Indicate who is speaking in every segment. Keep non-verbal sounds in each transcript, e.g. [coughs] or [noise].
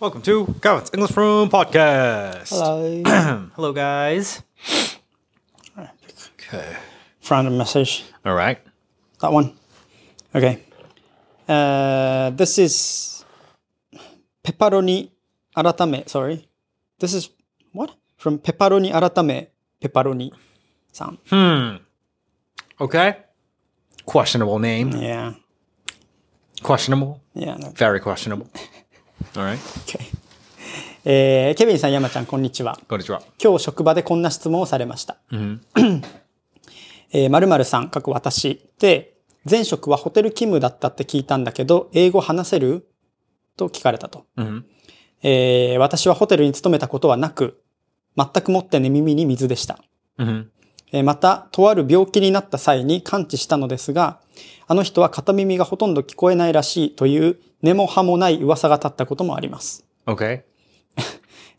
Speaker 1: Welcome to Cowan's English Room Podcast.
Speaker 2: [coughs] Hello.
Speaker 1: Hello, guys. Okay.
Speaker 2: Random message.
Speaker 1: All right.
Speaker 2: That one. Okay. Uh, this is pepperoni aratame. Sorry. This is what from pepperoni aratame pepperoni. Sound.
Speaker 1: Okay. Questionable name.
Speaker 2: Yeah.
Speaker 1: Questionable.
Speaker 2: Yeah. no.
Speaker 1: Very questionable. All right.
Speaker 2: Okay. [laughs] えーケビンさん、山ちゃん、こんにちは。
Speaker 1: こんにちは。
Speaker 2: 今日職場でこんな質問をされました。えー、〇〇さん、過去私で、前職はホテル勤務だったって聞いたんだけど、英語話せると聞かれたと、えー私はホテルに勤めたことはなく、全くもって寝耳に水でした。
Speaker 1: うん。
Speaker 2: えーまた、とある病気になった際に完治したのですが、あの人は片耳がほとんど聞こえないらしいという根も葉もない噂が立ったこともあります。
Speaker 1: Okay.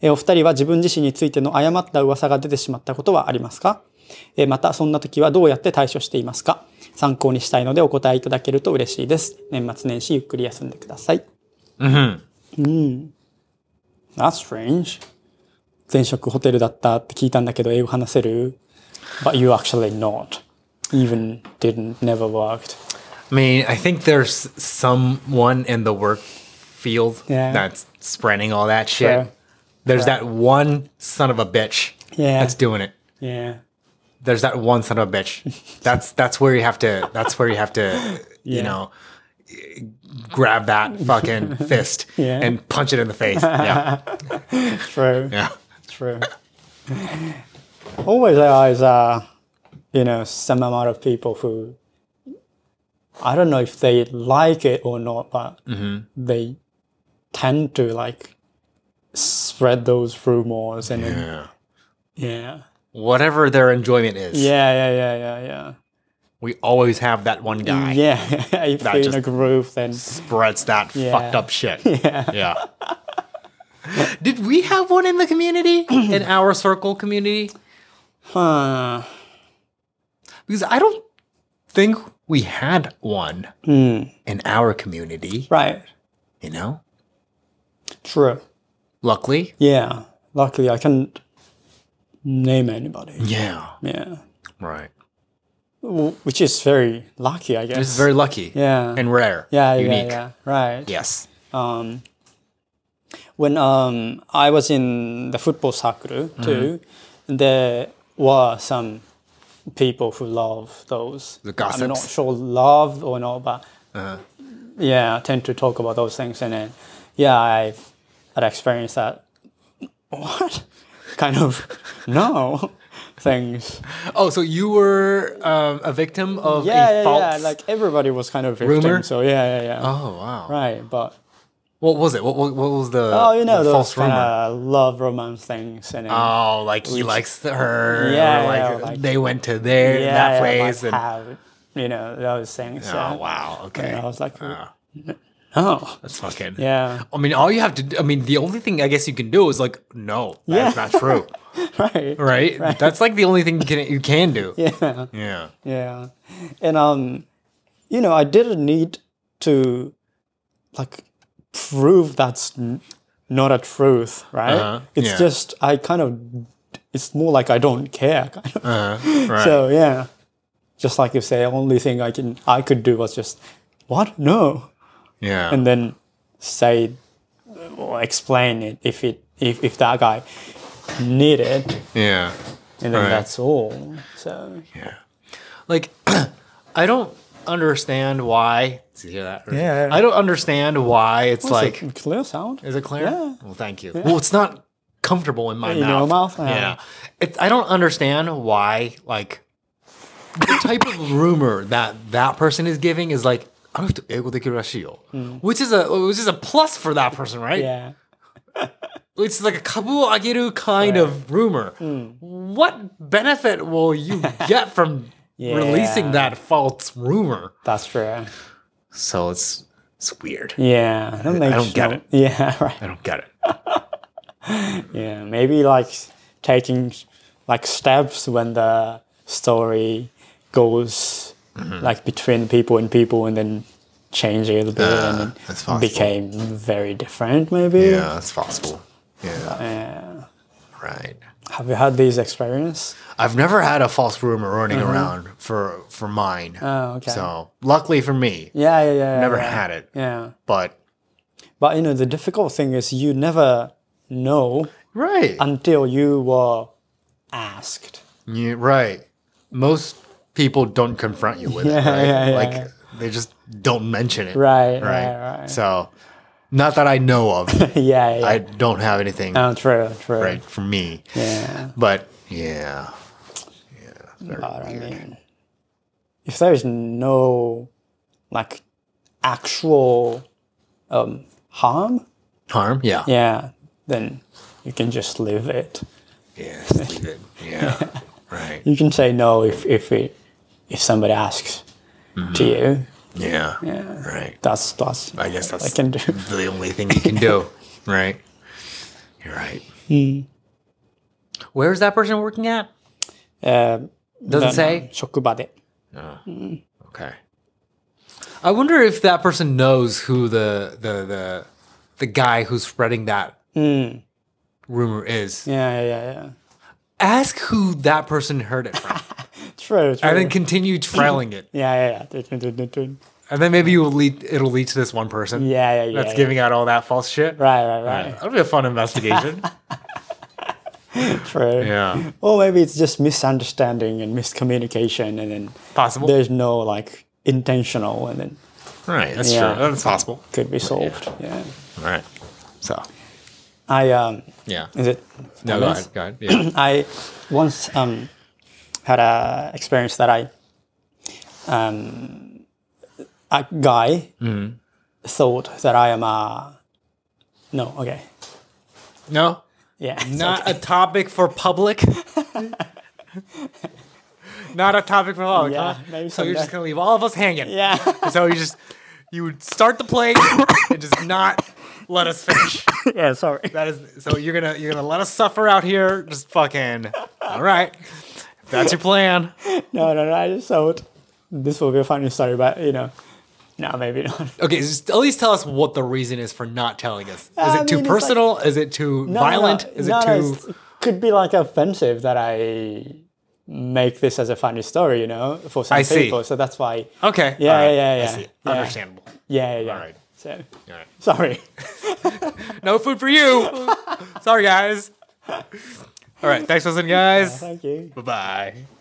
Speaker 2: えーお二人は自分自身についての誤った噂が出てしまったことはありますかえーまた、そんな時はどうやって対処していますか参考にしたいのでお答えいただけると嬉しいです。年末年始ゆっくり休んでください。うん。That's strange. 前職ホテルだったって聞いたんだけど英語話せる ?But you actually not. Even didn't, never worked.
Speaker 1: I mean, I think there's someone in the work field
Speaker 2: Yeah.
Speaker 1: that's spreading all that shit.
Speaker 2: Sure.
Speaker 1: There's that one son of a bitch
Speaker 2: Yeah.
Speaker 1: that's doing it.
Speaker 2: Yeah.
Speaker 1: there's that one son of a bitch. That's that's where you have to. That's where you have
Speaker 2: [laughs]
Speaker 1: to. You
Speaker 2: Yeah.
Speaker 1: know, grab that
Speaker 2: [laughs]
Speaker 1: fucking fist
Speaker 2: Yeah.
Speaker 1: and punch it in the
Speaker 2: [laughs]
Speaker 1: face. Yeah,
Speaker 2: True.
Speaker 1: yeah.
Speaker 2: True. Always there is, uh, you know, some amount of people who I don't know if they like it or not, but
Speaker 1: Mm-hmm.
Speaker 2: they tend to like spread those rumors and yeah, yeah,
Speaker 1: Whatever their enjoyment is,
Speaker 2: yeah, yeah, yeah, yeah,
Speaker 1: we always have that one guy
Speaker 2: yeah. [laughs] if
Speaker 1: That
Speaker 2: you're in
Speaker 1: just-
Speaker 2: a groove, then
Speaker 1: spreads that
Speaker 2: Yeah.
Speaker 1: fucked up
Speaker 2: [laughs]
Speaker 1: shit. Yeah. yeah. Did we have one in the
Speaker 2: [clears throat]
Speaker 1: community, in our circle community?
Speaker 2: huh,
Speaker 1: Because I don't think we had one
Speaker 2: Hmm.
Speaker 1: in our community.
Speaker 2: right,
Speaker 1: You know,
Speaker 2: true,
Speaker 1: luckily.
Speaker 2: yeah. Luckily, I couldn't name anybody.
Speaker 1: Yeah.
Speaker 2: Yeah,
Speaker 1: Right.
Speaker 2: W- which is very lucky, I guess.
Speaker 1: It's very lucky.
Speaker 2: Yeah.
Speaker 1: And rare.
Speaker 2: yeah, yeah,
Speaker 1: Unique.
Speaker 2: yeah, right.
Speaker 1: Yes.
Speaker 2: Um, when um, I was in the football circle too,
Speaker 1: Mm-hmm.
Speaker 2: there were some people who love those.
Speaker 1: The
Speaker 2: I'm not
Speaker 1: gossips? Uh-huh.
Speaker 2: sure love or not, but yeah, I tend to talk about those things, and then yeah, I've had experienced that. What [laughs] kind of no [laughs] things?
Speaker 1: Oh, so you were um, a victim of
Speaker 2: Yeah,
Speaker 1: a
Speaker 2: yeah,
Speaker 1: false.
Speaker 2: yeah. Like everybody was kind of
Speaker 1: Rumor?
Speaker 2: victim. So yeah, yeah, yeah.
Speaker 1: oh wow.
Speaker 2: Right, but
Speaker 1: What was it? What, what, what was the?
Speaker 2: Oh, you know
Speaker 1: the
Speaker 2: those
Speaker 1: false rumor.
Speaker 2: kind of love romance things, and then,
Speaker 1: Oh, like he likes her.
Speaker 2: Yeah,
Speaker 1: or like,
Speaker 2: yeah, like-
Speaker 1: they went to there
Speaker 2: yeah,
Speaker 1: that
Speaker 2: yeah,
Speaker 1: place.
Speaker 2: like
Speaker 1: and,
Speaker 2: how, you know those things. yeah.
Speaker 1: oh wow. Okay.
Speaker 2: And I was like,
Speaker 1: Ah.
Speaker 2: oh,
Speaker 1: that's fucking.
Speaker 2: yeah, [laughs]
Speaker 1: I mean, all you have to. do, I mean, the only thing I guess you can do is like, no, that's
Speaker 2: Yeah.
Speaker 1: not
Speaker 2: [laughs]
Speaker 1: true,
Speaker 2: right,
Speaker 1: right? That's like the only thing you can you can do.
Speaker 2: yeah,
Speaker 1: yeah.
Speaker 2: yeah, and um, you know, I didn't need to like prove that's n- not a truth, right?
Speaker 1: Uh-huh,
Speaker 2: It's
Speaker 1: yeah.
Speaker 2: just I kind of, it's more like I don't care, [laughs] kind of.
Speaker 1: Uh-huh. Right.
Speaker 2: So yeah, just like you say, only thing I can I could do was just what no.
Speaker 1: yeah.
Speaker 2: and then say or explain it if it if, if that guy need it
Speaker 1: yeah.
Speaker 2: and then
Speaker 1: Right.
Speaker 2: that's all so
Speaker 1: Yeah. Like, [clears throat] I don't understand why. Did you hear that?
Speaker 2: Yeah.
Speaker 1: I don't understand why it's like.
Speaker 2: It's a clear sound
Speaker 1: is it clear?
Speaker 2: Yeah.
Speaker 1: Well, thank you. Well, it's not comfortable in my
Speaker 2: In
Speaker 1: mouth.
Speaker 2: your mouth, yeah.
Speaker 1: Yeah. It's, I don't understand why, like, the type of rumor that that person is giving is like, "あの人英語できるらしいよ," which is a which is a plus for that person, right?
Speaker 2: Hmm. yeah
Speaker 1: It's like a kabu agiru kind of rumor.
Speaker 2: Hmm.
Speaker 1: What benefit will
Speaker 2: [laughs]
Speaker 1: you get from releasing
Speaker 2: Yeah.
Speaker 1: that false rumor?
Speaker 2: that's true
Speaker 1: So it's it's weird.
Speaker 2: yeah that makes
Speaker 1: don't get
Speaker 2: no-
Speaker 1: it.
Speaker 2: [laughs] yeah right
Speaker 1: I don't get it.
Speaker 2: yeah maybe like taking like steps when
Speaker 1: Mm-hmm.
Speaker 2: the story goes like between people and people and then changed a little
Speaker 1: Ah,
Speaker 2: bit
Speaker 3: Yeah,
Speaker 2: and
Speaker 3: that's
Speaker 2: it
Speaker 3: possible.
Speaker 2: became very different, maybe.
Speaker 3: Yeah, it's possible. Yeah,
Speaker 2: Yeah.
Speaker 3: right.
Speaker 2: Have you had this experience?
Speaker 3: I've never had a false rumor running around for for mine.
Speaker 2: Mm-hmm. Oh, okay.
Speaker 3: So luckily for me,
Speaker 2: yeah, yeah, yeah.
Speaker 3: never
Speaker 2: yeah.
Speaker 3: had it.
Speaker 2: Yeah.
Speaker 3: But
Speaker 2: But you know, the difficult thing is you never know
Speaker 3: right,
Speaker 2: until you were asked. [laughs]
Speaker 3: yeah, right. Most people don't confront you with it.
Speaker 2: [laughs] Yeah,
Speaker 3: Right?
Speaker 2: yeah, yeah,
Speaker 3: like
Speaker 2: yeah.
Speaker 3: they just don't mention it.
Speaker 2: Right,
Speaker 3: Right.
Speaker 2: right, right.
Speaker 3: So, not that I know
Speaker 2: [laughs]
Speaker 3: of.
Speaker 2: yeah, yeah.
Speaker 3: I don't have anything
Speaker 2: oh, true, true.
Speaker 3: right for me.
Speaker 2: Yeah.
Speaker 3: But yeah,
Speaker 2: But I mean, if there is no like actual um, harm,
Speaker 3: harm. Yeah.
Speaker 2: yeah, then you can just leave it.
Speaker 3: Yeah. just leave it.
Speaker 2: [laughs]
Speaker 3: Yeah. right.
Speaker 2: You can say no if if it, if somebody asks to you.
Speaker 3: Yeah. Right.
Speaker 2: That's that's
Speaker 3: Mm-hmm. I guess that's
Speaker 2: I can
Speaker 3: [laughs]
Speaker 2: do.
Speaker 3: the only thing you can do,
Speaker 2: [laughs]
Speaker 3: right? You're right.
Speaker 2: Hmm.
Speaker 1: Where's that person working at?
Speaker 2: Um,
Speaker 1: Doesn't say.
Speaker 2: 職場で。
Speaker 3: Okay.
Speaker 1: I wonder if that person knows who the the the the guy who's spreading that
Speaker 2: Hmm.
Speaker 1: rumor is.
Speaker 2: Yeah, yeah, yeah.
Speaker 1: Ask who that person heard it from,
Speaker 2: True, true.
Speaker 1: and
Speaker 2: [laughs]
Speaker 1: then continue trailing it,
Speaker 2: yeah, yeah, yeah. True, true, true, true.
Speaker 1: and then maybe you'll lead. It'll lead to this one person.
Speaker 2: Yeah, yeah, yeah.
Speaker 1: That's
Speaker 2: yeah.
Speaker 1: giving out all that false shit.
Speaker 2: Right, right, right.
Speaker 1: That'll be a fun
Speaker 2: [laughs]
Speaker 1: investigation.
Speaker 2: True.
Speaker 1: yeah.
Speaker 2: Or maybe it's just misunderstanding and miscommunication, and then
Speaker 1: [laughs] Possible.
Speaker 2: there's no like intentional, and then
Speaker 3: Right. That's
Speaker 2: Yeah.
Speaker 3: true. That's possible.
Speaker 2: could be solved. Yeah.
Speaker 3: All right. So,
Speaker 2: I um.
Speaker 3: yeah.
Speaker 2: Is it?
Speaker 3: No, go ahead. Go ahead.
Speaker 2: [clears throat]
Speaker 3: Yeah.
Speaker 2: I once um, had a experience that I um, a guy thought that I am a no okay
Speaker 1: no.
Speaker 2: yeah it's
Speaker 1: Not a topic for
Speaker 2: [laughs]
Speaker 1: public. Not a topic for public.
Speaker 2: Yeah,
Speaker 1: huh?
Speaker 2: maybe
Speaker 1: so you're
Speaker 2: someday.
Speaker 1: just gonna leave all of us hanging.
Speaker 2: [laughs] Yeah.
Speaker 1: So you just you would start the play [coughs] and just not let us finish.
Speaker 2: yeah, sorry.
Speaker 1: [laughs] That is so you're gonna you're gonna let us suffer out here. Just fucking all right. If that's your plan.
Speaker 2: No, no, no. I just thought this will be a funny story, but you know, no, maybe not.
Speaker 1: Okay, just at least tell us what the reason is for not telling us. Is
Speaker 2: I
Speaker 1: it too
Speaker 2: mean, it's like-
Speaker 1: personal? is it too
Speaker 2: No, no,
Speaker 1: [laughs]
Speaker 2: no.
Speaker 1: violent? Is
Speaker 2: No,
Speaker 1: it
Speaker 2: no,
Speaker 1: too?
Speaker 2: it's- it could be like offensive that I make this as a funny story, you know, for some
Speaker 1: I see. Oh.
Speaker 2: people. So that's why.
Speaker 1: okay.
Speaker 2: Yeah,
Speaker 1: all right,
Speaker 2: yeah,
Speaker 1: I
Speaker 2: yeah,
Speaker 1: see.
Speaker 2: yeah.
Speaker 1: Understandable.
Speaker 2: Yeah, yeah, yeah.
Speaker 3: All right.
Speaker 2: So
Speaker 3: All right.
Speaker 2: sorry. [laughs]
Speaker 1: No food for you. Sorry, guys. All right. Thanks for listening, guys.
Speaker 2: Thank you.
Speaker 3: Bye bye.